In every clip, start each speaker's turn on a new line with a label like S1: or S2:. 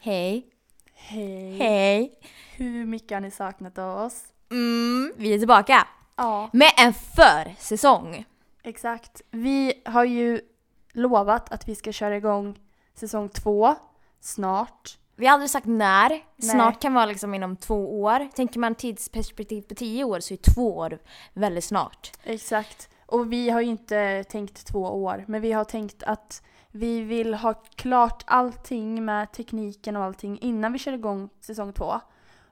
S1: Hej.
S2: Hej.
S1: Hej.
S2: Hur mycket har ni saknat oss?
S1: Mm, vi är tillbaka
S2: Ja,
S1: med en försäsong.
S2: exakt. Vi har ju lovat att vi ska köra igång säsong två snart.
S1: Vi har aldrig sagt när. Snart kan vara liksom inom två år. Tänker man tidsperspektiv på tio år så är två år väldigt snart.
S2: Exakt. Och vi har ju inte tänkt två år, men vi har tänkt att vi vill ha klart allting med tekniken och allting innan vi kör igång säsong två.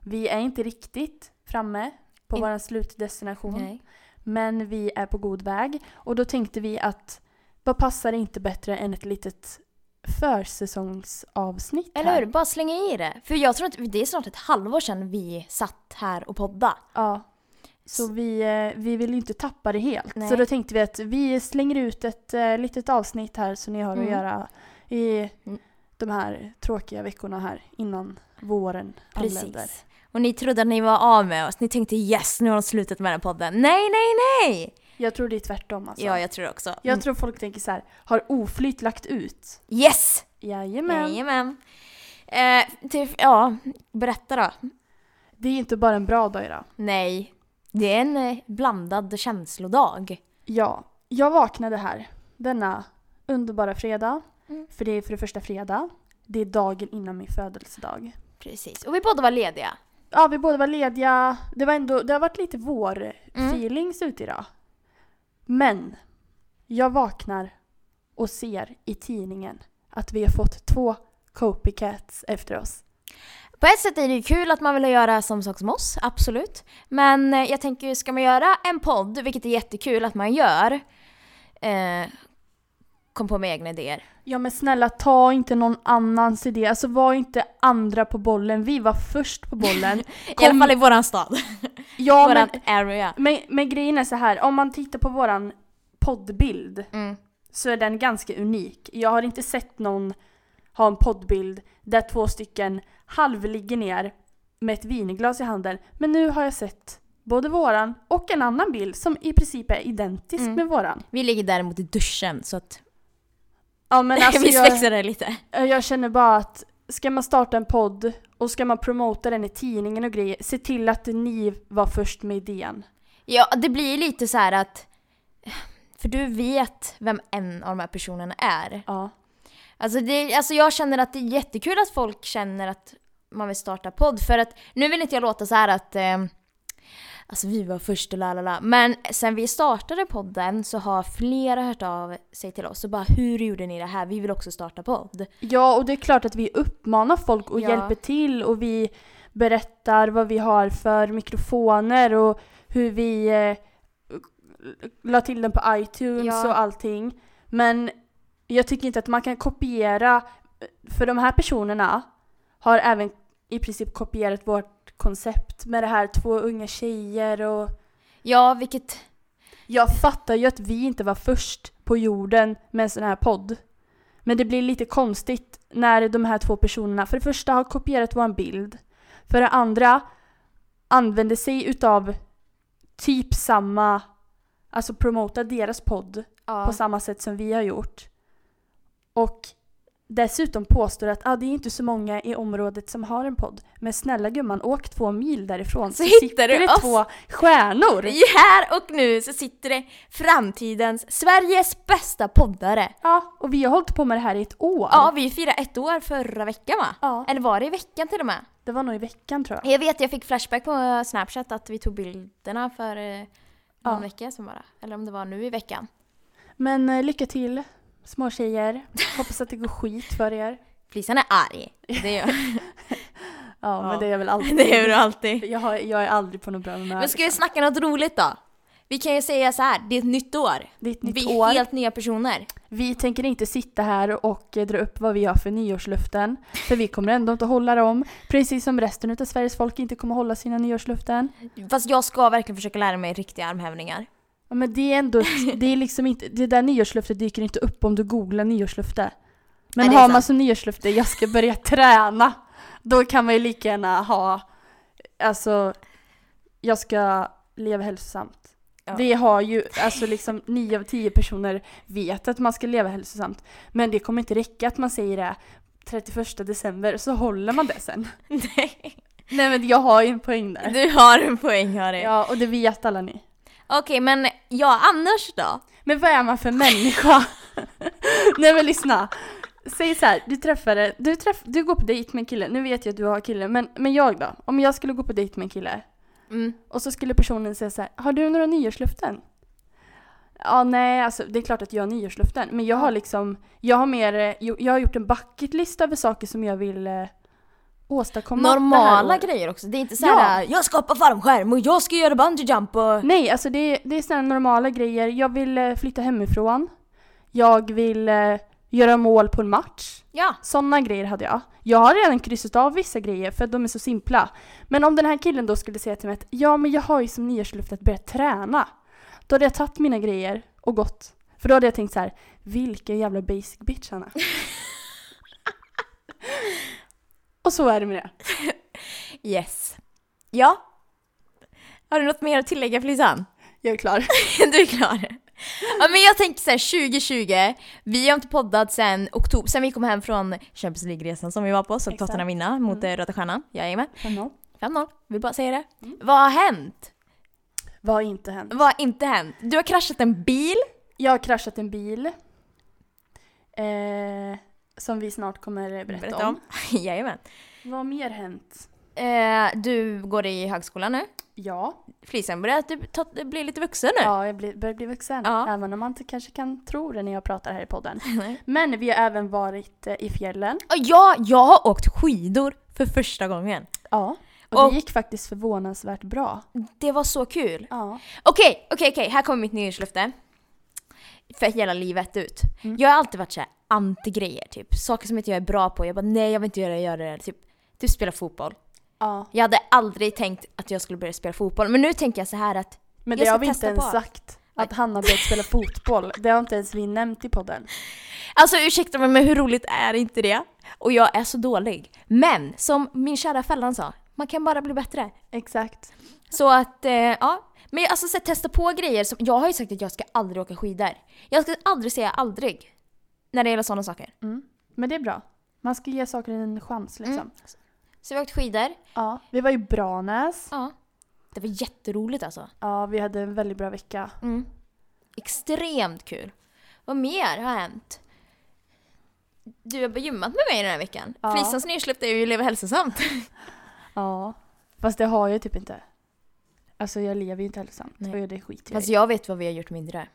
S2: Vi är inte riktigt framme på
S1: In-
S2: vår slutdestination.
S1: Mm.
S2: Men vi är på god väg och då tänkte vi att vad passar inte bättre än ett litet försäsongsavsnitt
S1: Eller
S2: här?
S1: hur? Bara slänga i det. För jag tror att det är snart ett halvår sedan vi satt här och podda.
S2: Ja. Så vi, eh, vi vill ju inte tappa det helt.
S1: Nej.
S2: Så då tänkte vi att vi slänger ut ett eh, litet avsnitt här så ni har
S1: Mm.
S2: att göra i
S1: Mm.
S2: de här tråkiga veckorna här innan våren anländer.
S1: Precis. Och ni trodde att ni var av med oss. Ni tänkte yes, nu har de slutat med den här podden. Nej, nej, nej!
S2: Jag tror det är tvärtom alltså.
S1: Ja, jag tror det också. Mm.
S2: Jag tror folk tänker så här, har oflyt lagt ut?
S1: Yes!
S2: Jajamän.
S1: Jajamän. Eh, typ, ja, berätta då.
S2: Det är inte bara en bra dag idag.
S1: Nej, det är en eh, blandad känslodag.
S2: Ja, jag vaknade här denna underbara fredag.
S1: Mm.
S2: För det är för det första fredag. Det är dagen innan min födelsedag.
S1: Precis, och vi båda var lediga.
S2: Ja, vi båda var lediga. Det, var ändå, det har varit lite
S1: Mm.
S2: vår-feelings ute idag. Men jag vaknar och ser i tidningen att vi har fått två copycats efter oss.
S1: På ett sätt är det ju kul att man vill göra samma sak som oss, absolut. Men eh, jag tänker, ju, ska man göra en podd, vilket är jättekul att man gör, eh, kom på med egna idéer.
S2: Ja men snälla ta inte någon annans idé. Alltså var inte andra på bollen. Vi var först på bollen.
S1: I alla
S2: Kom-
S1: fall i våran stad,
S2: ja,
S1: våran
S2: men
S1: area.
S2: Men, men grejen är så här, om man tittar på våran poddbild
S1: Mm.
S2: så är den ganska unik. Jag har inte sett någon ha en poddbild där två stycken halvligger ner med ett vinglas i handen. Men nu har jag sett både våran och en annan bild som i princip är identisk
S1: Mm.
S2: med våran.
S1: Vi ligger däremot i duschen så att
S2: Ja men alltså
S1: vi
S2: jag,
S1: spexar det lite.
S2: jag känner bara att ska man starta en podd och ska man promota den i tidningen och grejer, se till att ni var först med idén.
S1: Ja, det blir lite så här att... För du vet vem en av de här personerna är.
S2: Ja.
S1: Alltså, det, alltså jag känner att det är jättekul att folk känner att man vill starta podd. För att nu vill inte jag låta så här att... Eh, alltså vi var först och la la la. Men sen vi startade podden så har flera hört av sig till oss och bara hur gjorde ni det här? Vi vill också starta podd.
S2: Ja, och det är klart att vi uppmanar folk och
S1: Ja.
S2: hjälper till och vi berättar vad vi har för mikrofoner och hur vi eh, la till den på iTunes
S1: Ja.
S2: och allting. Men jag tycker inte att man kan kopiera, för de här personerna har även i princip kopierat vårt koncept med det här två unga tjejer och
S1: Ja, vilket...
S2: jag fattar ju att vi inte var först på jorden med en sån här podd. Men det blir lite konstigt när de här två personerna för det första har kopierat vår bild. För det andra använder sig utav typ samma, alltså promotar deras podd
S1: Ja.
S2: på samma sätt som vi har gjort. Och dessutom påstår att ah, det är inte så många i området som har en podd. Men snälla gumman, åk två mil därifrån
S1: Så hittar du
S2: sitter det
S1: oss.
S2: två stjärnor!
S1: I här och nu så sitter det framtidens, Sveriges bästa poddare
S2: Ja, och vi har hållit på med det här i ett år.
S1: Ja, vi firade ett år förra veckan va?
S2: Ja,
S1: Eller var det i veckan till och med?
S2: det var nog i veckan tror jag.
S1: Jag vet, jag fick flashback på Snapchat att vi tog bilderna för eh, någon
S2: Ja.
S1: vecka sedan bara. Eller om det var nu i veckan.
S2: Men eh, lycka till, små tjejer. Hoppas att det går skit för er.
S1: Flisan är arg. Det gör,
S2: Ja, men
S1: Ja.
S2: det är jag väl alltid.
S1: det gör du alltid.
S2: Jag, har, jag är aldrig på något bra humör.
S1: Men ska vi snacka något roligt då? Vi kan ju säga så här, det är ett nytt år.
S2: Det är ett nytt
S1: vi är
S2: år.
S1: helt nya personer.
S2: Vi tänker inte sitta här och eh, dra upp vad vi har för nyårslöften. För vi kommer ändå inte hålla dem. Precis som resten av Sveriges folk inte kommer hålla sina nyårslöften.
S1: Fast jag ska verkligen försöka lära mig riktiga armhävningar.
S2: Ja, men det är ändå, det är liksom inte, det där nyårslöftet dyker inte upp om du googlar nyårslöfte. Men
S1: Nej, det är
S2: har man
S1: sant.
S2: som nyårslöfte, jag ska börja träna, då kan man ju lika gärna ha, alltså, jag ska leva hälsosamt.
S1: Ja.
S2: Det har ju, alltså liksom nio av tio personer vet att man ska leva hälsosamt. Men det kommer inte räcka att man säger det 31 december så håller man det sen.
S1: Nej.
S2: Nej men jag har ju en poäng där.
S1: Du har en poäng Harry.
S2: Ja, och det vet alla ni.
S1: Okej, men ja, annars då?
S2: Men vad är man för människa? Nej men lyssna. Säg så här, du träffar du, träff, du går på dejt med en kille, nu vet jag att du har kille, men, men jag då? Om jag skulle gå på dejt med en kille
S1: Mm.
S2: och så skulle personen säga så här, har du några nyårslöften? Ja, nej, alltså det är klart att jag har nyårslöften, men jag har liksom, jag har mer, eh, jo- jag har gjort en bucketlista över saker som jag vill eh, åstadkomma det här
S1: Normala
S2: året.
S1: grejer också. Det är inte så här, jag ska hoppa fallskärm och jag ska göra bungee jump och...
S2: Nej, alltså det är, det är sådana normala grejer. Jag vill eh, flytta hemifrån. Jag vill eh, göra mål på en match.
S1: Ja.
S2: Sådana grejer hade jag. Jag har redan kryssat av vissa grejer för att de är så simpla. Men om den här killen då skulle säga till mig att ja, men jag har ju som nyårslöfte att börja träna. Då hade jag tagit mina grejer och gått. För då hade jag tänkt så här, vilken jävla basic bitch han är. och så är det med det.
S1: Yes. Ja. Har du något mer att tillägga Felisan?
S2: Jag är klar.
S1: du är klar. Ja, men jag tänker så här, 2020, vi har inte poddat sen oktober, sen vi kom hem från Champions League-resan som vi var på, såg
S2: Exakt.
S1: Tottenham vinna mot mm. Röda Stjärnan. Jag är med.
S2: 5-0.
S1: 5-0, vill bara säga det. Vad har hänt?
S2: Vad har inte hänt?
S1: Vad har inte hänt? Du har kraschat en bil.
S2: Jag har kraschat en bil. Eh, som vi snart kommer berätta, om.
S1: Jajamän.
S2: Vad har mer hänt?
S1: Eh, du går i högskolan nu.
S2: Ja,
S1: Flisan börjar typ ta, bli lite vuxen nu.
S2: ja jag blir- börjar bli vuxen.
S1: Ja.
S2: Även om man inte kanske kan tro det när jag pratar här i podden. Men vi har även varit eh, i fjällen.
S1: Och jag, jag har åkt skidor för första gången.
S2: Ja. Och,
S1: Och-
S2: det gick faktiskt förvånansvärt bra.
S1: Det var så kul.
S2: Ja.
S1: Okej, okej, okej. Här kommer mitt nyårslöfte. För hela livet ut. Jag har alltid varit såhär anti-grejer typ. Saker som inte jag är bra på. Jag bara nej jag vill inte göra det, göra det. Typ, typ spela fotboll.
S2: ja.
S1: Jag hade aldrig tänkt att jag skulle börja spela fotboll. Men nu tänker jag så här att Jag
S2: Men det
S1: ska
S2: har vi inte
S1: testa
S2: ens
S1: på.
S2: sagt. Att Hanna börjat spela fotboll. Det har inte ens vi nämnt i podden.
S1: Alltså ursäkta mig men hur roligt är inte det? Och jag är så dålig. Men som min kära Fällan sa, man kan bara bli bättre.
S2: Exakt.
S1: Så att, eh, ja. Men jag- alltså så här, testa på grejer. Som, jag har ju sagt att jag ska aldrig åka skidor. Jag ska aldrig säga aldrig. När det gäller sådana saker.
S2: Men det är bra. Man ska ge saker en chans liksom.
S1: Mm. Så vi har åkt skidor.
S2: Ja. Vi var i Branäs.
S1: Ja. Det var jätteroligt alltså.
S2: Ja, vi hade en väldigt bra vecka.
S1: Mm. Extremt kul. Vad mer har hänt? Du har bara gymmat med mig den här veckan.
S2: Ja.
S1: Flisans nyårslöfte är ju leva hälsosamt.
S2: Ja. Fast det har jag typ inte. Alltså jag lever ju inte hälsosamt
S1: Nej.
S2: och jag- det skiter jag
S1: Fast
S2: alltså,
S1: jag vet vad vi har gjort mindre. Mm.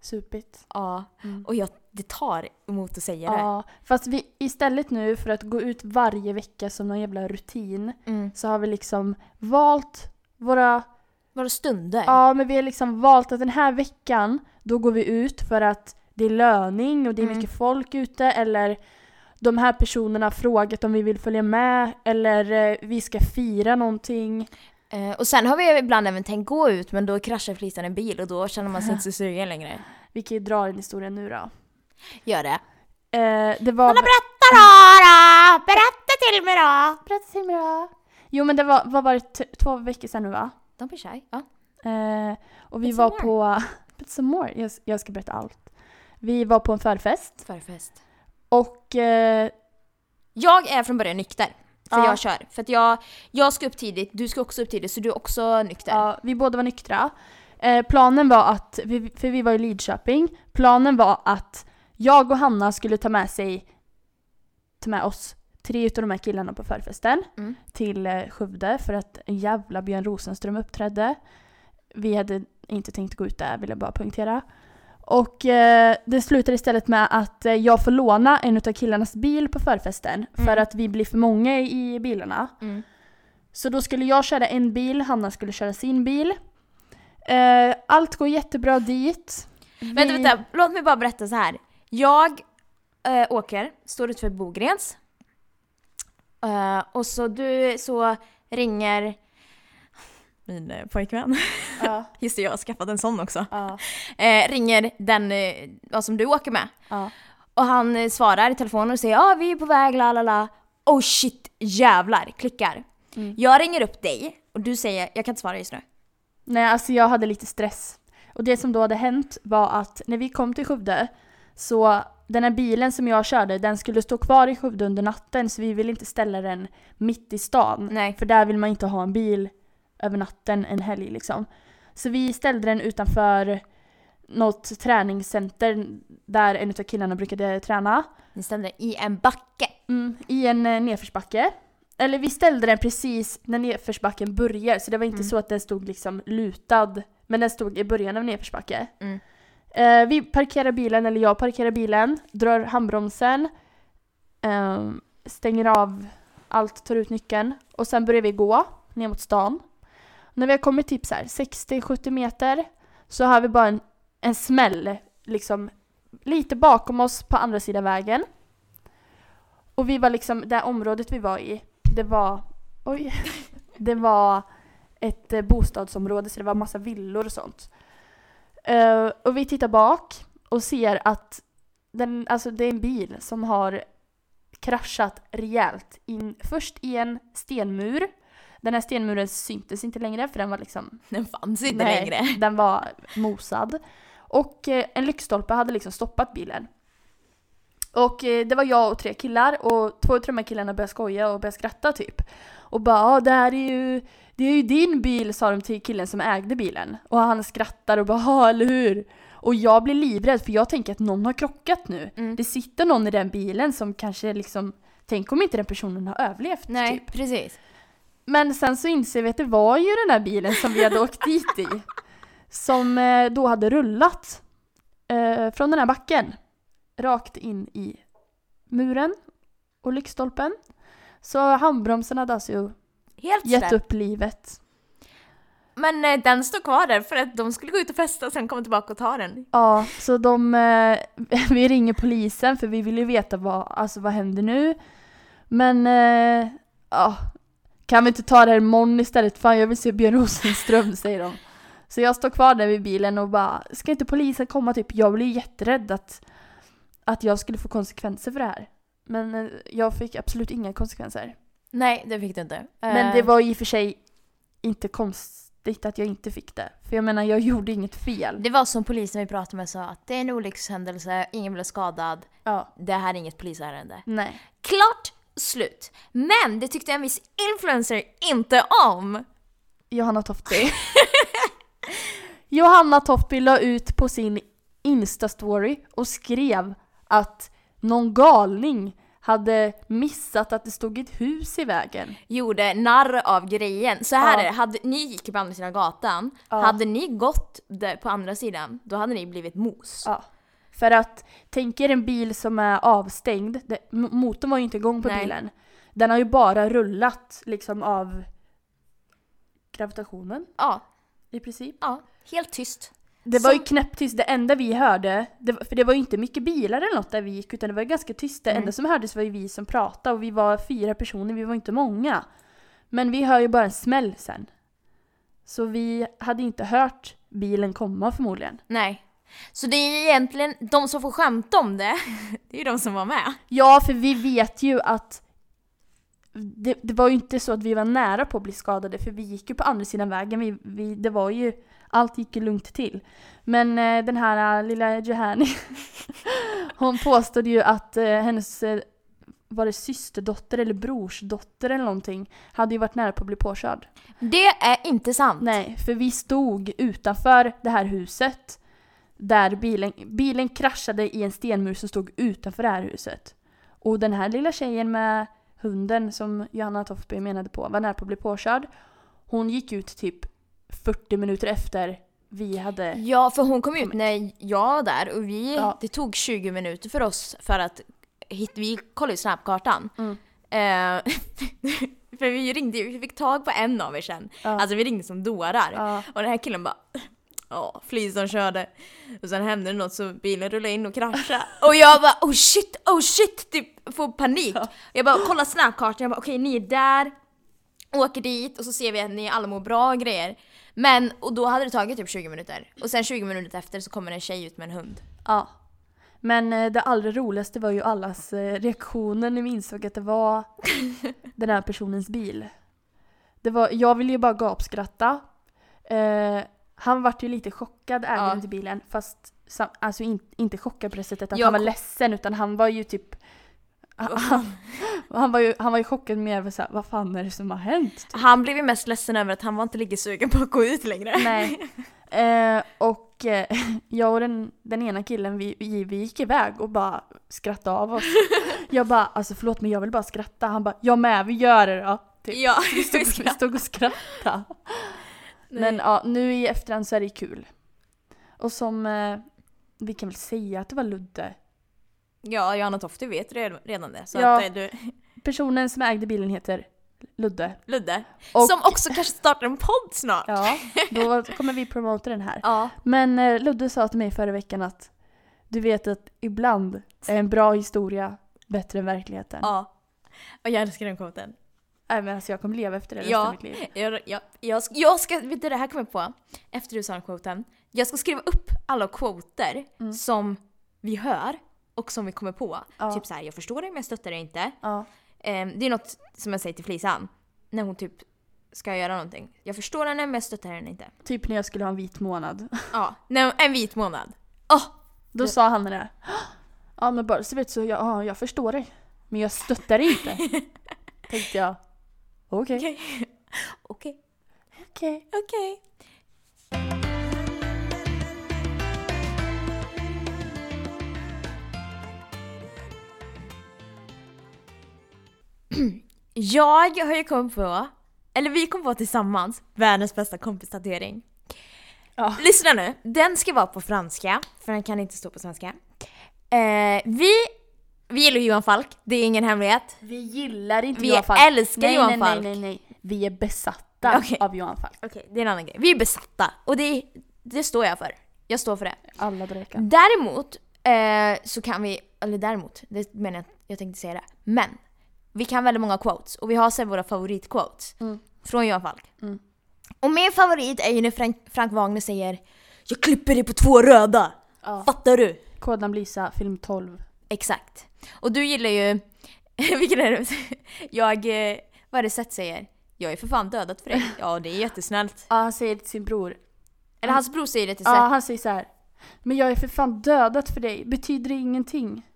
S2: Supigt.
S1: Ja, och jag, det tar emot att säga
S2: Ja, fast vi, istället nu för att gå ut varje vecka som någon jävla rutin
S1: det. Mm.
S2: så har vi liksom valt våra...
S1: Våra stunder.
S2: Ja, men vi har liksom valt att den här veckan då går vi ut för att det är löning och det är
S1: Mm.
S2: mycket folk ute eller de här personerna har frågat om vi vill följa med eller eh, vi ska fira någonting.
S1: Eh, och sen har vi ibland även tänkt gå ut men då kraschar flisan en bil och då känner man sig inte så sugen längre.
S2: Vi kan ju dra den historien nu då.
S1: Gör det.
S2: Eh, det var...
S1: Berätta då, då! Berätta till mig då!
S2: Berätta till mig då. Jo men det var, vad var det, t- två veckor sedan nu va?
S1: Don't be shy. Ja.
S2: Eh, och vi
S1: But some
S2: var på... But some more. Jag, jag ska berätta allt. Vi var på en förfest
S1: Förfest.
S2: och... Eh,
S1: Jag är från början nykter. För
S2: Ja.
S1: jag kör. För att jag, jag ska upp tidigt, du ska också upp tidigt så du är också nykter.
S2: ja, vi båda var nyktra. Eh, planen var att, vi, för vi var i Lidköping, planen var att jag och Hanna skulle ta med sig, ta med oss tre utav de här killarna på förfesten
S1: Mm.
S2: till eh, Skövde för att en jävla Björn Rosenström uppträdde. Vi hade inte tänkt gå ut där, vill jag bara poängtera. Och eh, det slutade istället med att eh, jag får låna en utav killarnas bil på förfesten för
S1: Mm.
S2: att vi blir för många i bilarna.
S1: Mm.
S2: Så då skulle jag köra en bil, Hanna skulle köra sin bil. Eh, allt går jättebra dit. Vi-
S1: Vänta, vänta. Låt mig bara berätta så här. Jag eh, åker, står utanför Bogrens. Eh, och så du så ringer min eh, pojkvän.
S2: Ja,
S1: Just det, jag har skaffat en sån också.
S2: ja,
S1: Eh, ringer den eh, vad som du åker med.
S2: ja.
S1: Och han eh, svarar i telefonen och säger ja ah, vi är på väg la la la. Oh shit, jävlar, klickar.
S2: Mm.
S1: Jag ringer upp dig och du säger jag kan inte svara just nu.
S2: Nej, alltså jag hade lite stress. Och det som då hade hänt var att när vi kom till Skövde så den här bilen som jag körde, den skulle stå kvar i Skövde under natten så vi vill inte ställa den mitt i stan.
S1: Nej.
S2: För där vill man inte ha en bil över natten en helg liksom. Så vi ställde den utanför något träningscenter där en av killarna brukade träna.
S1: Ni ställde i en backe.
S2: Mm, I en eh, nedförsbacke. Eller vi ställde den precis när nedförsbacken börjar så det var inte
S1: Mm.
S2: så att den stod liksom lutad. Men den stod i början av nedförsbacke.
S1: Mm.
S2: Eh, vi parkerar bilen, eller jag parkerar bilen, drar handbromsen, ehm, stänger av allt, tar ut nyckeln och sen börjar vi gå ner mot stan. När vi har kommit typ så här 60-70 meter så har vi bara en, en smäll liksom lite bakom oss på andra sidan vägen. Och vi var liksom, det här området vi var i, det var, oj, det var ett eh, bostadsområde så det var massa villor och sånt. Eh, och vi tittar bak och ser att den, alltså det är en bil som har kraschat rejält in, först i en stenmur. Den här stenmuren syntes inte längre för den var liksom
S1: Den fanns inte
S2: Nej,
S1: längre.
S2: Den var mosad. Och eh, en lyktstolpe hade liksom stoppat bilen. Och eh, det var jag och tre killar och två av de här killarna började skoja och började skratta typ. Och bara "Ah, det här är ju, det är ju din bil sa de till killen som ägde bilen. Och han skrattar och bara "Ah, eller hur? Och jag blir livrädd för jag tänker att någon har krockat nu.
S1: Mm.
S2: Det sitter någon i den bilen som kanske liksom, tänk om inte den personen har överlevt
S1: Nej,
S2: typ.
S1: precis.
S2: Men sen så inser vi att det var ju den här bilen som vi hade åkt dit i. Som eh, då hade rullat eh, från den här backen. Rakt in i muren och lyktstolpen. Så handbromsen hade alltså ju
S1: Helt
S2: gett
S1: släppt.
S2: upp livet.
S1: Men eh, den står kvar där för att de skulle gå ut och festa och sen komma tillbaka och ta den.
S2: Ja, så de, eh, vi ringer polisen för vi vill ju veta vad, alltså vad händer nu. Men, eh, ja. Kan vi inte ta det här imorgon istället? Fan jag vill se Björn Rosenström, säger de. Så jag står kvar där vid bilen och bara, ska inte polisen komma typ? Jag blev ju jätterädd att, att jag skulle få konsekvenser för det här. Men eh, jag fick absolut inga konsekvenser.
S1: Nej, det fick du inte. Eh,
S2: Men det var i och för sig inte konstigt att jag inte fick det. För jag menar, jag gjorde inget fel.
S1: det var som polisen vi pratade med sa att det är en olyckshändelse, ingen blev skadad,
S2: Ja.
S1: det här är inget polisärende.
S2: Nej.
S1: Klart slut. Men det tyckte en viss influencer inte om.
S2: Johanna Tofty. Johanna Tofty la ut på sin Insta-story och skrev att någon galning hade missat att det stod ett hus i vägen.
S1: Gjorde narr av grejen. Så här
S2: Ja.
S1: är det, hade, ni gick på andra sidan gatan.
S2: Ja.
S1: Hade ni gått där på andra sidan, då hade ni blivit mos.
S2: Ja. För att, tänk er en bil som är avstängd. Det, m- motorn var ju inte igång på
S1: Nej.
S2: bilen. Den har ju bara rullat liksom av gravitationen
S1: Ja,
S2: i princip.
S1: ja. Helt tyst.
S2: Det var ju
S1: Som-
S2: knäpptyst, det enda vi hörde, det, var- för det var ju inte mycket bilar eller något där vi gick utan det var ganska tyst. Det
S1: Mm.
S2: enda som hördes var ju vi som pratade och vi var fyra personer, vi var inte många. Men vi hör ju bara en smäll sen. Så vi hade inte hört bilen komma förmodligen.
S1: Nej. Så det är egentligen de som får skämta om det, det är ju de som var med.
S2: Ja, för vi vet ju att det, det var ju inte så att vi var nära på att bli skadade för vi gick ju på andra sidan vägen. Vi, vi, det var ju, allt gick ju lugnt till. Men eh, den här eh, lilla Johanny, hon påstod ju att eh, hennes, eh, var det systerdotter eller brorsdotter eller någonting, hade ju varit nära på att bli påkörd.
S1: Det är inte sant.
S2: Nej, för vi stod utanför det här huset. Där bilen, bilen kraschade i en stenmur som stod utanför det här huset. Och den här lilla tjejen med hunden som Johanna Toftby menade på var nära på att bli påkörd. Hon gick ut typ 40 minuter efter vi hade...
S1: Ja, för hon kom ut när jag var där och vi,
S2: Ja.
S1: det tog 20 minuter för oss för att hit, vi kollade ju snapkartan.
S2: Mm.
S1: Eh, för vi ringde ju- vi fick tag på en av er sen.
S2: Ja.
S1: Alltså vi ringde som dårar.
S2: Ja,
S1: Och den här killen bara Ja, fly som körde. Och sen hände det något så bilen rullade in och kraschade. Och jag bara oh shit, oh shit! Typ får panik. Jag bara kollar snapkartan, jag bara okej ni är där. Åker dit och så ser vi att ni alla mår bra och grejer. Men, och då hade det tagit typ 20 minuter. Och sen 20 minuter efter så kommer en tjej ut med en hund.
S2: ja. Men eh, det allra roligaste var ju allas eh, reaktioner när vi insåg att det var den här personens bil. Det var, jag ville ju bara gapskratta. Eh, Han vart ju lite chockad, ägaren
S1: Ja.
S2: till bilen, fast sam- alltså in, inte chockad på det sättet att
S1: Jag
S2: han var
S1: ko-
S2: ledsen utan han var ju typ han, han, var ju, han var ju chockad mer över såhär, vad fan är det som har hänt?
S1: Han blev ju mest ledsen över att han var inte lika sugen på att gå ut längre.
S2: Nej. Eh, och eh, jag och den, den ena killen, vi, vi, vi gick iväg och bara skrattade av oss. Jag bara, alltså förlåt men jag vill bara skratta. Han bara, jag med, vi gör det då. Typ.
S1: Ja,
S2: Vi stod, vi stod och skrattade. Men ja, nu i efterhand så är det kul. Och som, eh, vi kan väl säga att det var Ludde.
S1: Ja, Johanna Tofte vet re- redan det. Så
S2: Ja.
S1: att, eh, du,
S2: Personen som ägde bilen heter Ludde.
S1: Ludde.
S2: Och-
S1: Som också kanske startar en podd snart.
S2: Ja, då kommer vi promota den här.
S1: Ja.
S2: Men eh, Ludde sa till mig förra veckan att du vet att ibland är en bra historia bättre än verkligheten.
S1: ja. Och jag älskar den kvoten.
S2: Nej men alltså jag kommer leva efter det resten
S1: Ja.
S2: av mitt liv.
S1: Jag, jag, jag, ska, jag ska, vet du det här kommer jag på? Efter du sa den kvoten. Jag ska skriva upp alla kvoter som vi hör och som vi kommer på.
S2: Ja.
S1: Typ så här, jag förstår dig men jag stöttar dig inte.
S2: Ja.
S1: Ehm, det är något som jag säger till Flisan. När hon typ ska göra någonting. Jag förstår henne men jag stöttar henne inte.
S2: Typ när jag skulle ha en vit månad.
S1: Ja, när- en vit månad. Åh!
S2: Då sa han det. där, Ja men bara så vet du, så jag, ja, jag förstår dig. Men jag stöttar dig inte. Tänkte jag. Okej.
S1: Okej. Okej.
S2: Okej.
S1: Okej. Jag har ju kommit på, eller vi kom på tillsammans, världens bästa kompistatuering.
S2: Ja.
S1: Lyssna nu, den ska vara på franska, för den kan inte stå på svenska. Eh, vi, vi gillar Johan Falk, det är ingen hemlighet.
S2: Vi gillar inte
S1: Vi
S2: Johan Falk.
S1: älskar
S2: nej,
S1: Johan
S2: nej,
S1: Falk.
S2: Nej, nej, nej. Vi är besatta
S1: Okej.
S2: av Johan Falk.
S1: Okej, det är en annan grej. Vi är besatta, och det, det står jag för. Jag står för det.
S2: Alla bråkar.
S1: Däremot eh, så kan vi, eller däremot, det menar jag, jag tänkte säga det. Men vi kan väldigt många quotes och vi har sen våra favoritquotes
S2: Mm.
S1: från Johan Falk. Och min favorit är ju när Frank, Frank Wagner säger “Jag klipper dig på två röda!”
S2: Ja.
S1: Fattar du?
S2: Kodan Lisa, film 12.
S1: Exakt. Och du gillar ju, vilken är det? Jag, eh, vad är det Seth säger? Jag är för fan dödat för dig. Ja, det är jättesnällt.
S2: Ja, han säger till sin bror.
S1: Eller hans bror säger det till
S2: Ja,
S1: Seth.
S2: han säger så här. Men jag är för fan dödat för dig. Betyder det ingenting?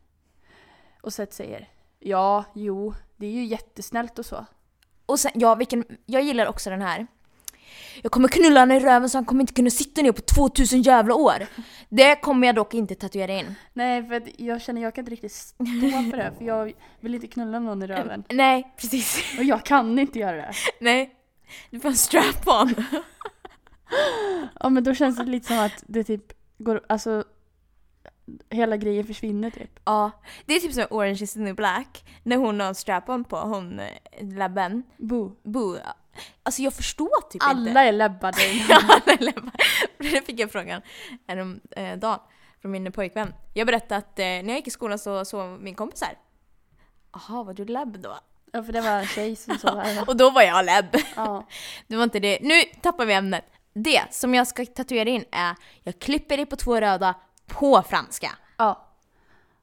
S2: Och Seth säger. Ja, jo, det är ju jättesnällt och så.
S1: Och sen, ja, vilken, jag gillar också den här. Jag kommer knulla henne i röven så han kommer inte kunna sitta ner på 2000 jävla år. Det kommer jag dock inte tatuera in.
S2: Nej, för att jag känner jag kan inte riktigt stå för det. För jag vill inte knulla någon i röven.
S1: Nej, precis.
S2: Och jag kan inte göra det.
S1: Nej. Du får en strap-on.
S2: Ja, men då känns det lite som att det typ går, alltså, hela grejen försvinner typ.
S1: Ja. Det är typ som Orange is the new black. När hon har en strap-on på, hon eh, läbben.
S2: Bo.
S1: Bo. Alltså jag förstår typ inte.
S2: Alla är läbbade.
S1: Ja, alla är läbbar. Det fick jag frågan häromdagen från min pojkvän. Jag berättade att eh, när jag gick i skolan så såg min kompis här. Jaha, var du läbb då?
S2: Ja, för det var en tjej som sa det här.
S1: Och då var jag läbb.
S2: Ja.
S1: Det var inte det. Nu tappar vi ämnet. Det som jag ska tatuera in är jag klipper dig på två röda på franska.
S2: ja.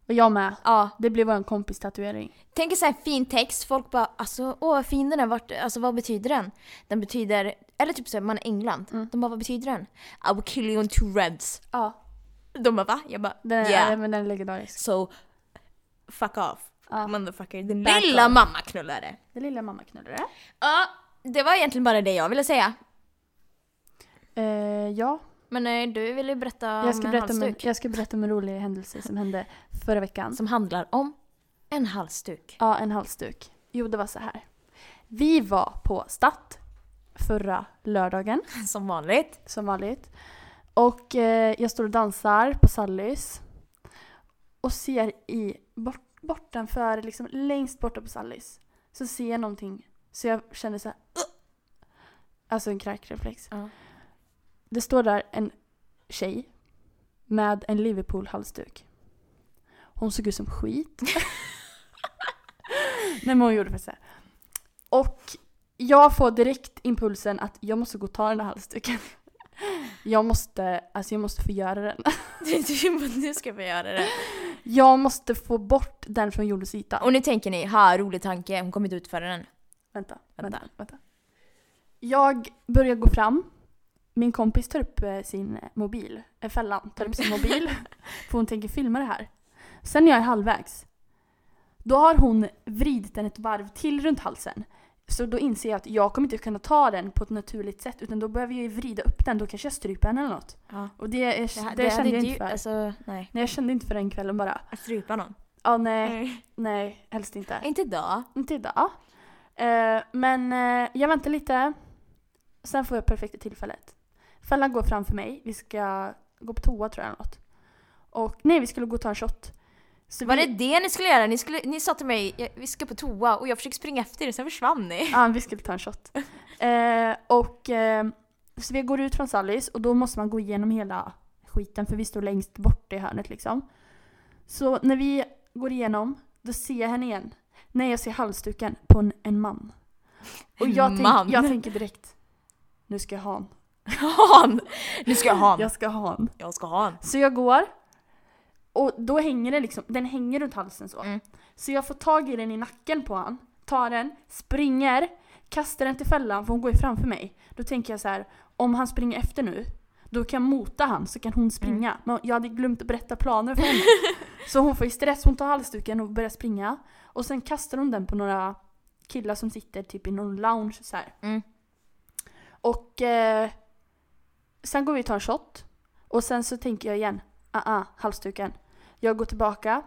S2: Och jag med.
S1: Ja.
S2: Det blev vår kompis tatuering.
S1: Tänk er så här fin text, folk bara alltså åh vad fin den är, Vart, alltså vad betyder den? Den betyder, eller typ så här, man är i England,
S2: Mm.
S1: de bara vad betyder den? I will kill you on two reds.
S2: Ja.
S1: De bara va? Jag bara
S2: Den är,
S1: yeah.
S2: men den är legendarisk.
S1: So fuck off.
S2: Ja.
S1: Motherfucker, din
S2: Back
S1: lilla
S2: off.
S1: mammaknullare.
S2: Den lilla mammaknullare.
S1: Ja, det var egentligen bara det jag ville säga.
S2: Eh, ja,
S1: Men eh, du ville ju berätta
S2: jag ska,
S1: om en
S2: berätta om, en-
S1: halsduk.
S2: jag ska berätta om en rolig händelse som hände förra veckan.
S1: Som handlar om en halsduk.
S2: Ja, en halsduk. Jo, det var så här. Vi var på Statt förra lördagen,
S1: Som vanligt.
S2: som vanligt. Och eh, jag står och dansar på Sallys. Och ser i, bort, bortanför, liksom längst borta på Sallys. Så ser jag någonting. Så jag känner så här. "Ugh!" Alltså en kräkreflex.
S1: Ja.
S2: Det står där en tjej med en Liverpool-halsduk. Hon såg ut som skit. Nej men hon gjorde faktiskt det. Och jag får direkt impulsen att jag måste gå och ta den där halsduken. Jag måste, alltså jag måste förgöra den.
S1: nu ska vi göra typ- det.
S2: Jag måste få bort den från jordens yta.
S1: Och nu tänker ni, ha rolig tanke, hon kommer inte utföra den.
S2: Vänta,
S1: Vänta.
S2: vänta, vänta. Jag börjar gå fram Min kompis tar upp eh, sin mobil, eh, fällan, tar upp sin mobil för hon tänker filma det här. Sen när jag är halvvägs, då har hon vridit den ett varv till runt halsen. Så då inser jag att jag kommer inte kunna ta den på ett naturligt sätt utan då behöver jag ju vrida upp den, då kanske jag stryper henne eller något.
S1: Ja.
S2: Och det, är-
S1: Det, här-
S2: det,
S1: det
S2: kände
S1: hade
S2: jag
S1: ju-
S2: inte för.
S1: Alltså, nej.
S2: Nej, jag kände inte för den kvällen bara.
S1: Att strypa någon.
S2: Ja, nej, nej, helst inte.
S1: Inte idag.
S2: Inte idag. Eh, men eh, jag väntar lite. Sen får jag perfekta tillfället. Fällan går framför mig. Vi ska gå på toa tror jag eller något. Och nej, vi skulle gå och ta en shot. Så
S1: Var
S2: vi,
S1: det det ni skulle göra? Ni, skulle, ni sa till mig "Jag- vi ska på toa och jag försökte springa efter er, sen försvann ni.
S2: Ja, vi skulle ta en shot. Eh, och eh, så vi går ut från Sallys och då måste man gå igenom hela skiten för vi står längst bort i hörnet liksom. Så när vi går igenom, då ser jag henne igen. Nej, jag ser halsduken på en, en man. Och
S1: En
S2: jag,
S1: man.
S2: Tänk, jag tänker direkt, nu ska jag ha han.
S1: Han! Nu ska jag ha han.
S2: Jag ska ha han.
S1: Jag ska ha han.
S2: Så jag går. Och då hänger den liksom, den hänger runt halsen så.
S1: Mm.
S2: Så jag får tag i den i nacken på han. Tar den, springer, kastar den till fällan för hon går ju framför mig. Då tänker jag så här, om han springer efter nu, då kan jag mota han så kan hon springa. Men jag hade glömt att berätta planer för henne. så hon får ju stress, hon tar halsduken och börjar springa. Och sen kastar hon den på några killar som sitter typ i någon lounge så här.
S1: Mm.
S2: Och eh, sen går vi och tar en shot. Och sen så tänker jag igen, ah ah, halsduken. Jag går tillbaka.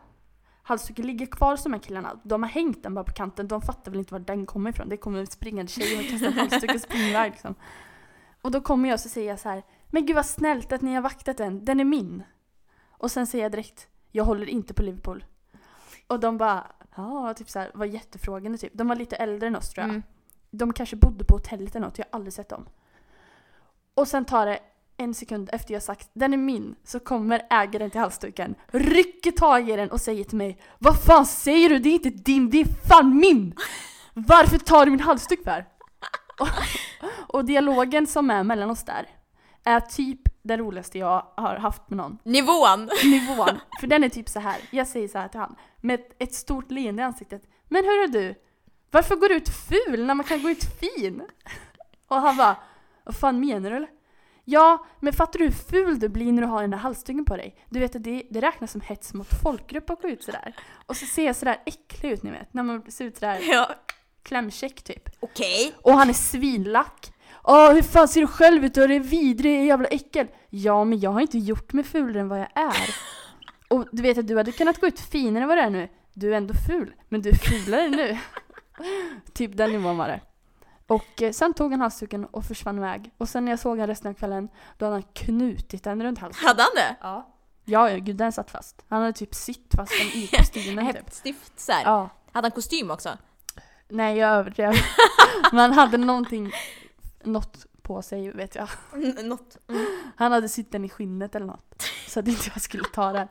S2: Halsduken ligger kvar som de här killarna. De har hängt den bara på kanten. De fattar väl inte var den kommer ifrån. Det kommer en springande tjej och kastar halsduken och springer iväg liksom. Och då kommer jag och så säger jag så här, men gud vad snällt att ni har vaktat den. Den är min. Och sen säger jag direkt, jag håller inte på Liverpool. Och de bara, ja, typ så här, var jättefrågande typ. De var lite äldre än oss tror jag.
S1: Mm.
S2: De kanske bodde på hotellet eller något, jag har aldrig sett dem. Och sen tar det en sekund efter jag sagt den är min, så kommer ägaren till halsduken, rycker tag i den och säger till mig Vad fan säger du? Det är inte din, det är fan min! Varför tar du min halsduk för? Och, och dialogen som är mellan oss där är typ den roligaste jag har haft med någon
S1: Nivån!
S2: nivån. För den är typ så här. jag säger så här till han med ett, ett stort leende i ansiktet. Men hörru du, varför går du ut ful när man kan gå ut fin? Och han bara, vad fan menar du eller? Ja, men fattar du hur ful du blir när du har den där halsduken på dig? Du vet att det, det räknas som hets mot folkgrupp att gå ut sådär. Och så ser jag sådär äcklig ut ni vet, när man ser ut sådär
S1: Ja.
S2: klämkäck typ.
S1: Okej.
S2: Och han är svinlack. Åh, hur fan ser du själv ut? Du är vidrig jävla äckel. Ja, men jag har inte gjort mig fulare än vad jag är. Och du vet att du hade kunnat gå ut finare än vad du är nu. Du är ändå ful, men du är fulare nu. typ den nivån var det. Och eh, sen tog han halsduken och försvann iväg. Och sen när jag såg honom resten av kvällen, då hade han knutit den runt halsen.
S1: Hade han det?
S2: Ja. Ja, ja, gud den satt fast. Han hade typ sytt fast den i kostymen typ.
S1: Häftstift såhär.
S2: Ja.
S1: Hade han kostym också?
S2: Nej, jag överdrev. Men han hade någonting, något på sig vet jag.
S1: N- något.
S2: Han hade sytt den i skinnet eller något. Så att inte jag skulle ta den.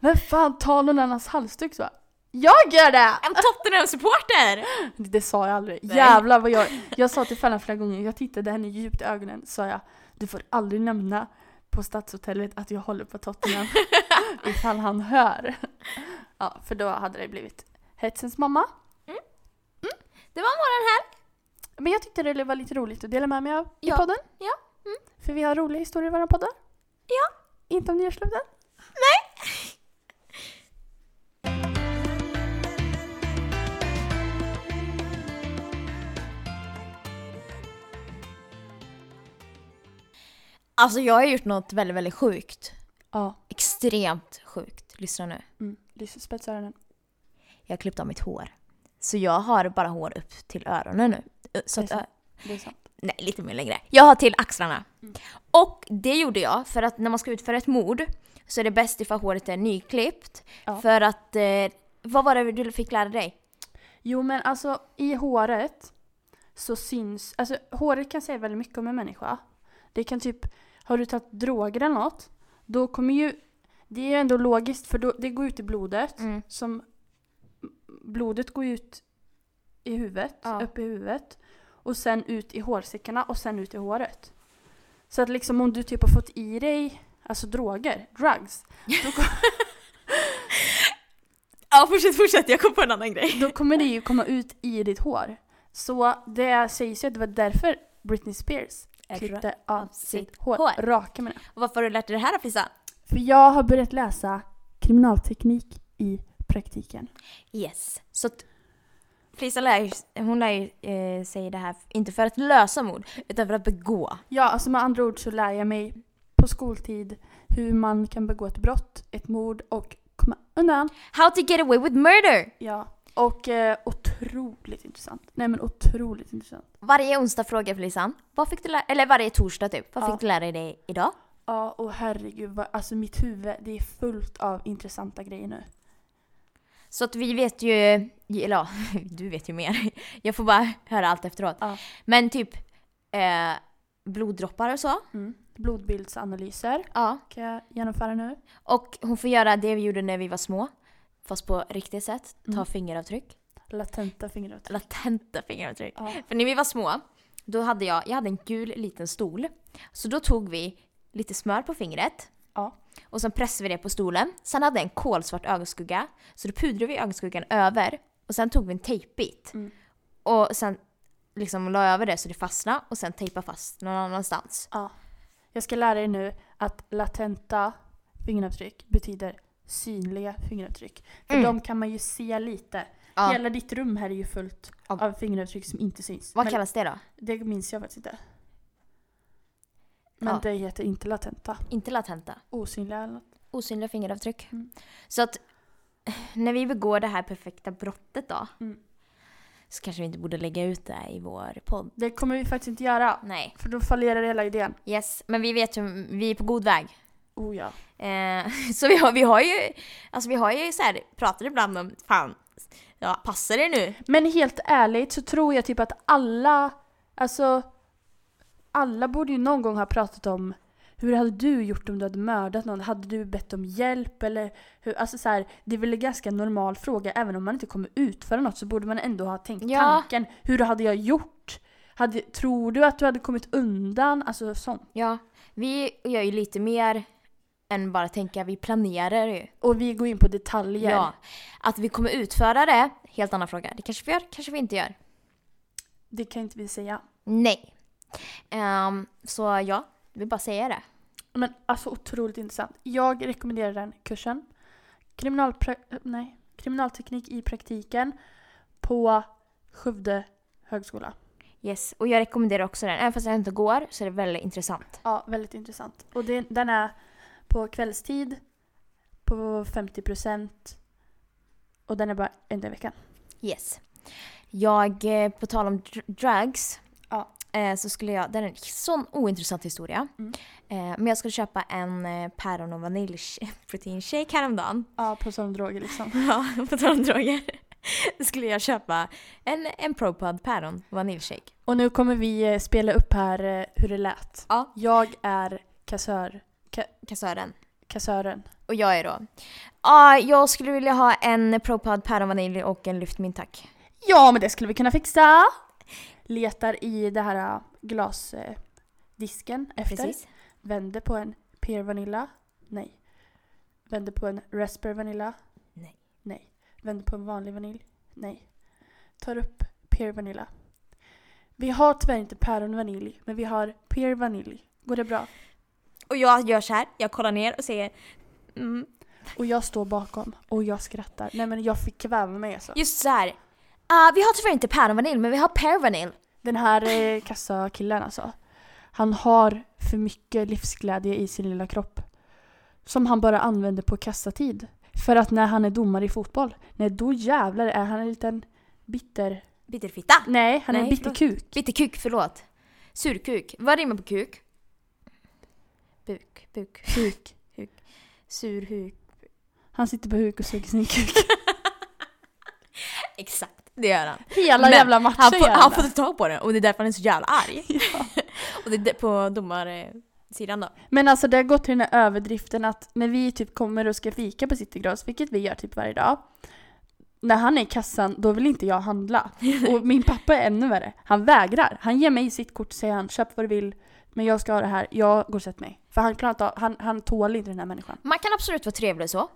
S2: Men fan, ta någon annans halsduk så. Jag gör det!
S1: En Tottenham-supporter!
S2: Det sa jag aldrig.
S1: Nej.
S2: Jävlar vad jag... Jag sa till Fällan flera gånger, jag tittade henne djupt i ögonen, sa jag Du får aldrig nämna på Stadshotellet att jag håller på Tottenham ifall han hör. Ja, för då hade det blivit hetsens mamma.
S1: Det var morgon här.
S2: Men jag tyckte det var lite roligt att dela med mig av i
S1: Ja.
S2: podden.
S1: Ja. Mm.
S2: För vi har roliga historier i våra poddar.
S1: Ja.
S2: Inte om nyårslöften.
S1: Alltså jag har gjort något väldigt, väldigt sjukt.
S2: Ja.
S1: Extremt sjukt. Lyssna nu.
S2: Mm. Lyser spetsöronen.
S1: Jag har klippt av mitt hår. Så jag har bara hår upp till öronen nu. Ö, Så att,
S2: Det är
S1: ö,
S2: sant. Det är sant.
S1: nej, lite mer längre. Jag har till axlarna.
S2: Mm.
S1: Och det gjorde jag för att när man ska utföra ett mord så är det bäst ifall håret är nyklippt.
S2: Ja.
S1: För att, eh, vad var det du fick lära dig?
S2: Jo men alltså i håret så syns, alltså håret kan säga väldigt mycket om en människa. Det kan typ, har du tagit droger eller något, då kommer ju, det är ju ändå logiskt för då, det går ut i blodet.
S1: Mm.
S2: som blodet går ut i huvudet,
S1: Ja.
S2: upp i huvudet och sen ut i hårsäckarna och sen ut i håret. Så att liksom om du typ har fått i dig alltså droger, drugs, då, ko-
S1: Ja, fortsätt, fortsätt. Jag kom på en annan grej.
S2: då kommer det ju komma ut i ditt hår. Så det sägs ju att det var därför Britney Spears klippte av sitt hår.
S1: hår.
S2: Raka med det.
S1: Och varför har du lärt dig det här Frissa?
S2: För jag har börjat läsa kriminalteknik i praktiken.
S1: Yes. Så att Frissa lär ju, hon lär ju eh, sig det här, inte för att lösa mord, utan för att begå.
S2: Ja, alltså med andra ord så lär jag mig på skoltid hur man kan begå ett brott, ett mord och komma undan.
S1: How to get away with murder!
S2: Ja. Och eh, otroligt intressant. Nej men otroligt intressant.
S1: Varje onsdag frågar Felisan, vad fick du lära Eller varje torsdag typ, vad
S2: Ja.
S1: fick du lära dig det idag?
S2: Ja, och herregud, vad, alltså mitt huvud det är fullt av intressanta grejer nu.
S1: Så att vi vet ju, eller ja, du vet ju mer. Jag får bara höra allt efteråt.
S2: Ja.
S1: Men typ eh, bloddroppar och så.
S2: Blodbildsanalyser
S1: Ja.
S2: kan jag genomföra nu.
S1: Och hon får göra det vi gjorde när vi var små. Fast på riktigt sätt. Ta
S2: Mm.
S1: fingeravtryck.
S2: Latenta fingeravtryck.
S1: Latenta fingeravtryck.
S2: Ja.
S1: För när vi var små, då hade jag, jag hade en gul liten stol. Så då tog vi lite smör på fingret.
S2: Ja.
S1: Och sen pressade vi det på stolen. Sen hade jag en kolsvart ögonskugga. Så då pudrade vi ögonskuggan över. Och sen tog vi en tejpbit.
S2: Mm.
S1: Och sen liksom la över det så det fastnade. Och sen tejpade fast någon annanstans.
S2: Ja. Jag ska lära er nu att latenta fingeravtryck betyder synliga fingeravtryck. För
S1: Mm.
S2: de kan man ju se lite.
S1: Ja.
S2: Hela ditt rum här är ju fullt
S1: Av-
S2: av fingeravtryck som inte syns.
S1: Vad
S2: Men
S1: kallas det då?
S2: Det minns jag faktiskt inte. Men
S1: Ja.
S2: det heter inte latenta.
S1: Inte latenta.
S2: Osynliga eller något.
S1: Osynliga fingeravtryck.
S2: Mm.
S1: Så att när vi begår det här perfekta brottet då.
S2: Mm.
S1: Så kanske vi inte borde lägga ut det i vår podd.
S2: Det kommer vi faktiskt inte göra.
S1: Nej.
S2: För då fallerar hela idén.
S1: Yes, men vi vet ju, vi är på god väg.
S2: Oh ja.
S1: Eh, så vi har, vi har ju, alltså vi har ju så här, pratar ibland om, fan, ja passar det nu?
S2: Men helt ärligt så tror jag typ att alla, alltså alla borde ju någon gång ha pratat om hur hade du gjort om du hade mördat någon? Hade du bett om hjälp eller hur? Alltså så här, det är väl en ganska normal fråga även om man inte kommer utföra något så borde man ändå ha tänkt
S1: Ja.
S2: tanken. Hur hade jag gjort? Hade, tror du att du hade kommit undan? Alltså sånt.
S1: Ja, vi gör ju lite mer än bara tänka, vi planerar ju.
S2: Och vi går in på detaljer.
S1: Ja. Att vi kommer utföra det, helt annan fråga. Det kanske vi gör, kanske vi inte gör.
S2: Det kan inte vi säga.
S1: Nej. Ehm, så ja, vi bara säger det.
S2: Men alltså otroligt intressant. Jag rekommenderar den kursen. Kriminalpra- nej, kriminalteknik i praktiken på Skövde högskola.
S1: Yes, och jag rekommenderar också den. Även fast jag inte går så är det väldigt intressant.
S2: Ja, väldigt intressant. Och det, den är på kvällstid på 50% och den är bara en dag i veckan.
S1: Yes. Jag, eh, på tal om dr- drugs,
S2: Ja.
S1: eh, så skulle jag, det är en sån ointressant historia.
S2: Mm.
S1: Eh, men jag skulle köpa en eh, päron och vanilj proteinshake häromdagen.
S2: Ja, på sådana droger liksom.
S1: Ja, på tal om droger. skulle jag köpa en, en propad päron och vaniljshake.
S2: Och nu kommer vi eh, spela upp här eh, hur det lät.
S1: Ja.
S2: Jag är kassör,
S1: Kassören.
S2: kassören.
S1: Och jag är då. Ja, jag skulle vilja ha en propad päron vanilj och en lyft min tack.
S2: Ja, men det skulle vi kunna fixa! Letar i det här äh, glasdisken efter.
S1: Precis.
S2: Vänder på en pear vanilla. Nej. Vänder på en raspberry vanilla.
S1: Nej.
S2: Nej. Vänder på en vanlig vanilj. Nej. Tar upp pear vanilla. Vi har tyvärr inte päron och vanilj, men vi har pear vanilj. Går det bra?
S1: Och jag gör så här, jag kollar ner och säger mm,
S2: Och jag står bakom och jag skrattar. Nej men jag fick kväva mig alltså.
S1: Just så här. Ah, vi har tyvärr inte päronvanilj men vi har pearvanilj.
S2: Den här eh, kassakillen alltså. Han har för mycket livsglädje i sin lilla kropp. Som han bara använder på kassatid. För att när han är domare i fotboll, nej då jävlar är han en liten bitter...
S1: Bitterfitta.
S2: Nej, han är
S1: Nej,
S2: en bitterkuk.
S1: Bitterkuk, förlåt. Surkuk. Vad rimmar på kuk? Buk, buk,
S2: Kuk.
S1: surhuk.
S2: Han sitter på huk och suger sin kuk.
S1: Exakt, det gör han.
S2: Hela
S1: Men
S2: jävla matchen
S1: Han får,
S2: gör
S1: han får
S2: det.
S1: inte tag på den och det är därför han är så jävla arg. och det är där- på domarsidan då.
S2: Men alltså det har gått till den här överdriften att när vi typ kommer och ska fika på Citygross, vilket vi gör typ varje dag. När han är i kassan, då vill inte jag handla. Och min pappa är ännu värre. Han vägrar. Han ger mig sitt kort och säger han köp vad du vill, men jag ska ha det här, jag går och sätter mig. För han, klarar inte av, han, han tål inte den här människan.
S1: Man kan absolut vara trevlig så.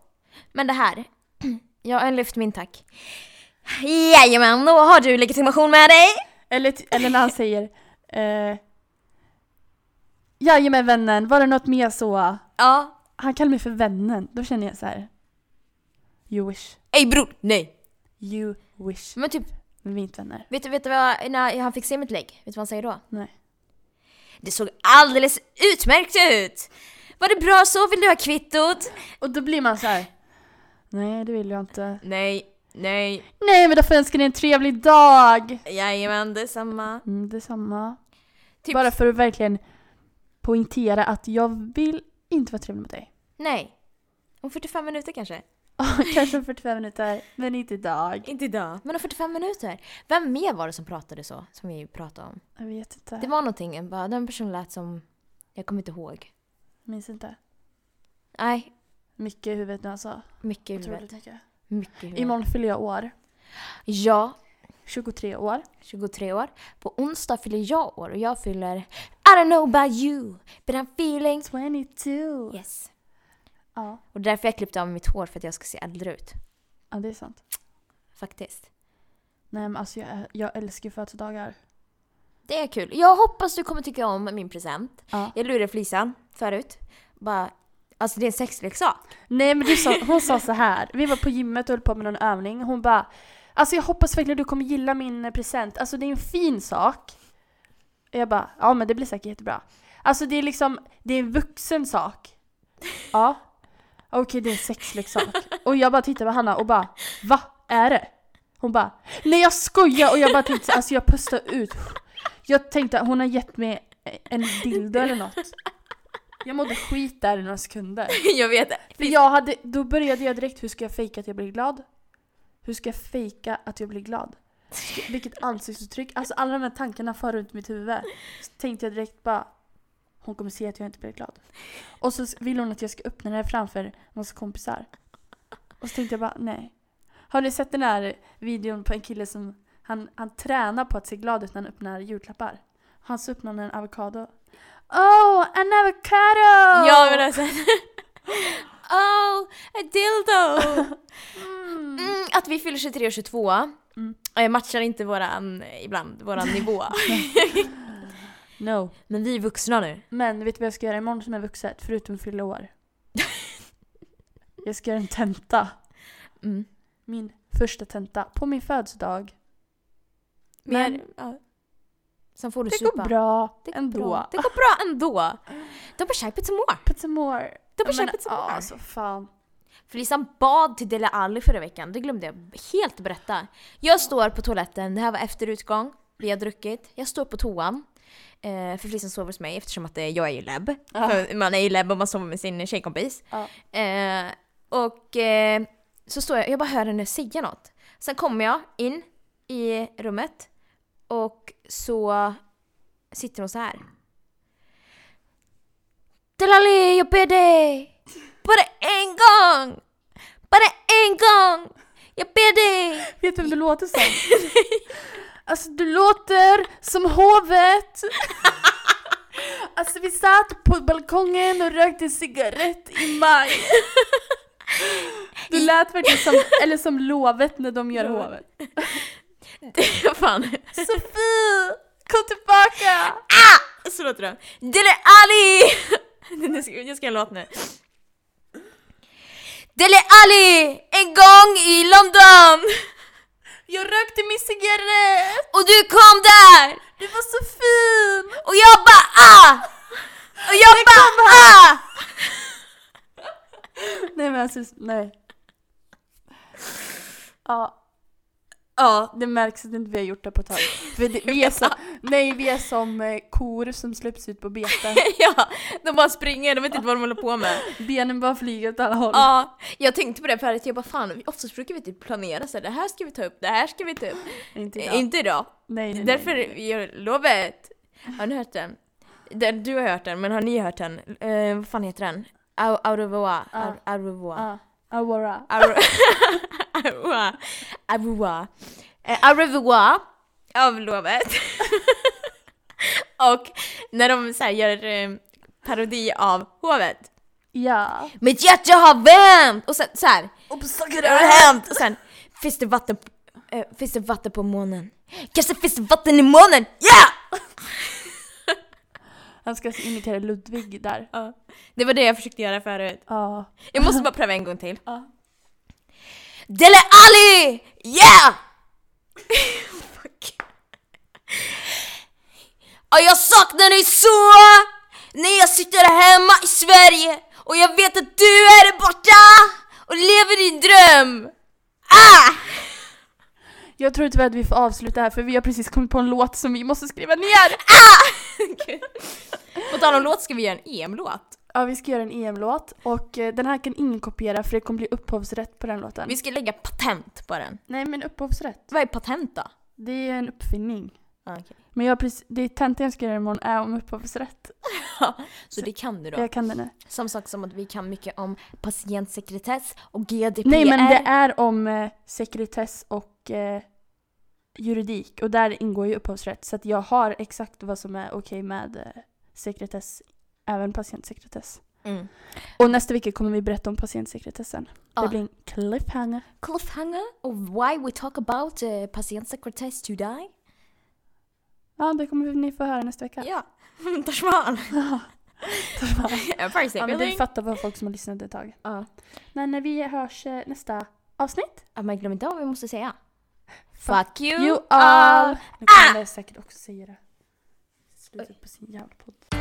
S1: Men det här. Jag har lyft min tack. Jajamän, då har du legitimation med dig.
S2: Eller, t- eller när han säger eh, Jajamän vännen, var det något mer så?
S1: Ja.
S2: Han kallar mig för vännen, då känner jag så här. You wish.
S1: Ey bror, nej!
S2: You wish.
S1: Men typ,
S2: Men vi är inte vänner.
S1: vet du, vet du vad, när han fick se mitt lägg, vet du vad han säger då?
S2: Nej.
S1: Det såg alldeles utmärkt ut! Var det bra så? Vill du ha kvittot?
S2: Och då blir man så här. Nej, det vill jag inte.
S1: Nej, nej,
S2: Nej, men då får jag önska dig en trevlig dag!
S1: jajamän detsamma.
S2: Mm, detsamma.
S1: Typ,
S2: Bara för att verkligen poängtera att jag vill inte vara trevlig mot dig.
S1: nej. Om 45 minuter kanske?
S2: Kanske om 45 minuter, men inte idag.
S1: Inte idag. Men om 45 minuter? Vem mer var det som pratade så? Som vi pratade om.
S2: Jag vet inte.
S1: Det var någonting, bara den personen lät som... Jag kommer inte ihåg.
S2: Minns inte.
S1: Nej,
S2: Mycket i huvudet nu alltså.
S1: mycket i huvudet.
S2: Otroligt mycket.
S1: Mycket i huvudet.
S2: Imorgon fyller jag år.
S1: Ja,
S2: 23 år.
S1: 23 år. På onsdag fyller jag år och jag fyller... I don't know about you, but I'm feeling...
S2: 22!
S1: Yes.
S2: Ja.
S1: Och därför jag klippte av mitt hår, för att jag ska se äldre ut.
S2: ja, det är sant.
S1: Faktiskt.
S2: Nej men alltså jag, jag älskar ju födelsedagar.
S1: Det är kul. Jag hoppas du kommer tycka om min present.
S2: Ja.
S1: Jag lurade Flisan förut. Bara... Alltså det är en sexleksak.
S2: Nej men du sa, hon sa så här. vi var på gymmet och höll på med någon övning. Hon bara Alltså jag hoppas verkligen du kommer gilla min eh, present. Alltså det är en fin sak. Och jag bara, ja men det blir säkert jättebra. Alltså det är liksom, det är en vuxen sak. Ja. Okej det är en sexleksak. Och jag bara tittar på Hanna och bara, va? Är det? Hon bara, nej jag skojar! Och jag bara tänkte, så- alltså jag pustar ut. Jag tänkte, hon har gett mig en dildo eller något. Jag mådde skit där i några sekunder.
S1: jag vet det.
S2: För jag hade, då började jag direkt, hur ska jag fejka att jag blir glad? Hur ska jag fejka att jag blir glad? Ska- Vilket ansiktsuttryck, alltså alla de här tankarna far runt mitt huvud. Så tänkte jag direkt bara, hon kommer se att jag inte blir glad. Och så s- vill hon att jag ska öppna den här framför hans kompisar. Och så tänkte jag bara, nej. Har ni sett den här videon på en kille som, han, han tränar på att se glad ut när han öppnar julklappar? Han så öppnar han en avokado. Oh, an avocado!
S1: Ja men alltså. oh, a dildo!
S2: Mm.
S1: Mm, att vi fyller 23 och 22
S2: Mm.
S1: eh, matchar inte våran, eh, ibland, våran nivå.
S2: No.
S1: Men vi är vuxna nu.
S2: Men vet du vad jag ska göra imorgon som är vuxet? Förutom att fylla år. jag ska göra en tenta.
S1: Mm.
S2: Min första tenta. På min födelsedag.
S1: Men,
S2: Men-
S1: ja. Sen får du
S2: Det
S1: supa.
S2: går bra
S1: Det går
S2: ändå.
S1: bra. Det går bra ändå. Double shape some more.
S2: Put some more.
S1: Double
S2: Jag menar,
S1: shape some
S2: Ja,
S1: more.
S2: alltså fan.
S1: Felisan bad till Dele Alli förra veckan, det glömde jag helt berätta. Jag står på toaletten, det här var efter utgång, vi har druckit. Jag står på toan, eh, för Felisan sover hos mig eftersom att eh, jag är ju lebb. För Man är ju lebb om man sover med sin tjejkompis.
S2: Ja.
S1: Eh, och eh, så står jag, jag bara hör henne säga något. Sen kommer jag in i rummet och så sitter hon så här. Delali, jag ber dig! Bara en gång! Bara en gång! Jag ber dig!
S2: Vet du vem du låter som? alltså du låter som hovet. alltså vi satt på balkongen och rökte en cigarett i maj. Du lät verkligen som, eller som lovet när de gör hovet.
S1: Det- Fan.
S2: Sofie! Kom tillbaka!
S1: Så låter det. Ah! Dele Ali! Nu ska- Jag ska göra en låt nu. Dele Ali! En gång i London!
S2: Jag rökte min cigarett!
S1: Och du kom där!
S2: Du var så fin!
S1: Och jag bara ah! Och jag bara ah!
S2: Nej men alltså, nej. Ja,
S1: Ja,
S2: det märks att inte vi har gjort det på ett tag. För det, vi är så, nej, vi är som eh, kor som släpps ut på bete.
S1: ja, de bara springer, de vet inte vad de håller på med.
S2: Benen bara flyger åt alla håll.
S1: Ja, jag tänkte på det förut, jag bara fan, vi- oftast brukar vi typ planera så här, det här ska vi ta upp, det här ska vi ta upp.
S2: Inte
S1: Eh,
S2: idag.
S1: Inte idag. Det
S2: nej, nej,
S1: är
S2: nej,
S1: därför
S2: nej.
S1: vi gör lovet. Har ni hört den? Den- Du har hört den, men har ni hört den? Eh, vad fan heter den? Au, au revoir.
S2: Ja.
S1: Au, au revoir.
S2: Ja. Aurora.
S1: Arua. Arua. Eh, Au revoir av lovet. Och när de så här gör eh, parodi av hovet.
S2: Ja.
S1: Mitt hjärta har vänt! Och sen så här. Det har hänt! Och sen finns det vatten, eh, finns det vatten på månen? Kanske finns det vatten i månen? Ja!
S2: Han ska alltså imitera Ludvig där.
S1: Ja. Det var det jag försökte göra förut.
S2: Ja.
S1: Jag måste bara pröva en gång till.
S2: Ja.
S1: Dele Ali! Yeah! Fuck. Ja, jag saknar dig så! När jag sitter hemma i Sverige och jag vet att du är borta och lever din dröm! Ah!
S2: Jag tror tyvärr att vi får avsluta här för vi har precis kommit på en låt som vi måste skriva ner.
S1: På tal om låt ska vi göra en EM-låt.
S2: Ja, vi ska göra en EM-låt och eh, den här kan ingen kopiera för det kommer bli upphovsrätt på den låten.
S1: Vi ska lägga patent på den.
S2: Nej, men upphovsrätt.
S1: Vad är patent då?
S2: Det är en uppfinning.
S1: Ah, okej.
S2: Men jag har precis, det är tentan jag ska göra imorgon är om upphovsrätt.
S1: Så det kan du då?
S2: Jag kan den här.
S1: Som sagt som att vi kan mycket om patientsekretess och GDPR.
S2: Nej, men det är om eh, sekretess och eh, juridik och där ingår ju upphovsrätt så att jag har exakt vad som är okej med eh, sekretess, även patientsekretess.
S1: Mm.
S2: Och nästa vecka kommer vi berätta om patientsekretessen.
S1: Ja.
S2: Det blir en cliffhanger.
S1: Cliffhanger och why we talk about eh, patientsekretess today.
S2: Ja, det kommer ni få höra nästa vecka.
S1: Ja, Tashman. eh,
S2: Ja, men du fattar vad folk som har lyssnat ett tag.
S1: Ja.
S2: Men eh, vi hörs eh, nästa avsnitt.
S1: Ja, Men glöm inte vad vi måste säga. Fuck you, Ah!
S2: You all! Nu kommer jag säkert också säga det. Slutet på sin jävla podd.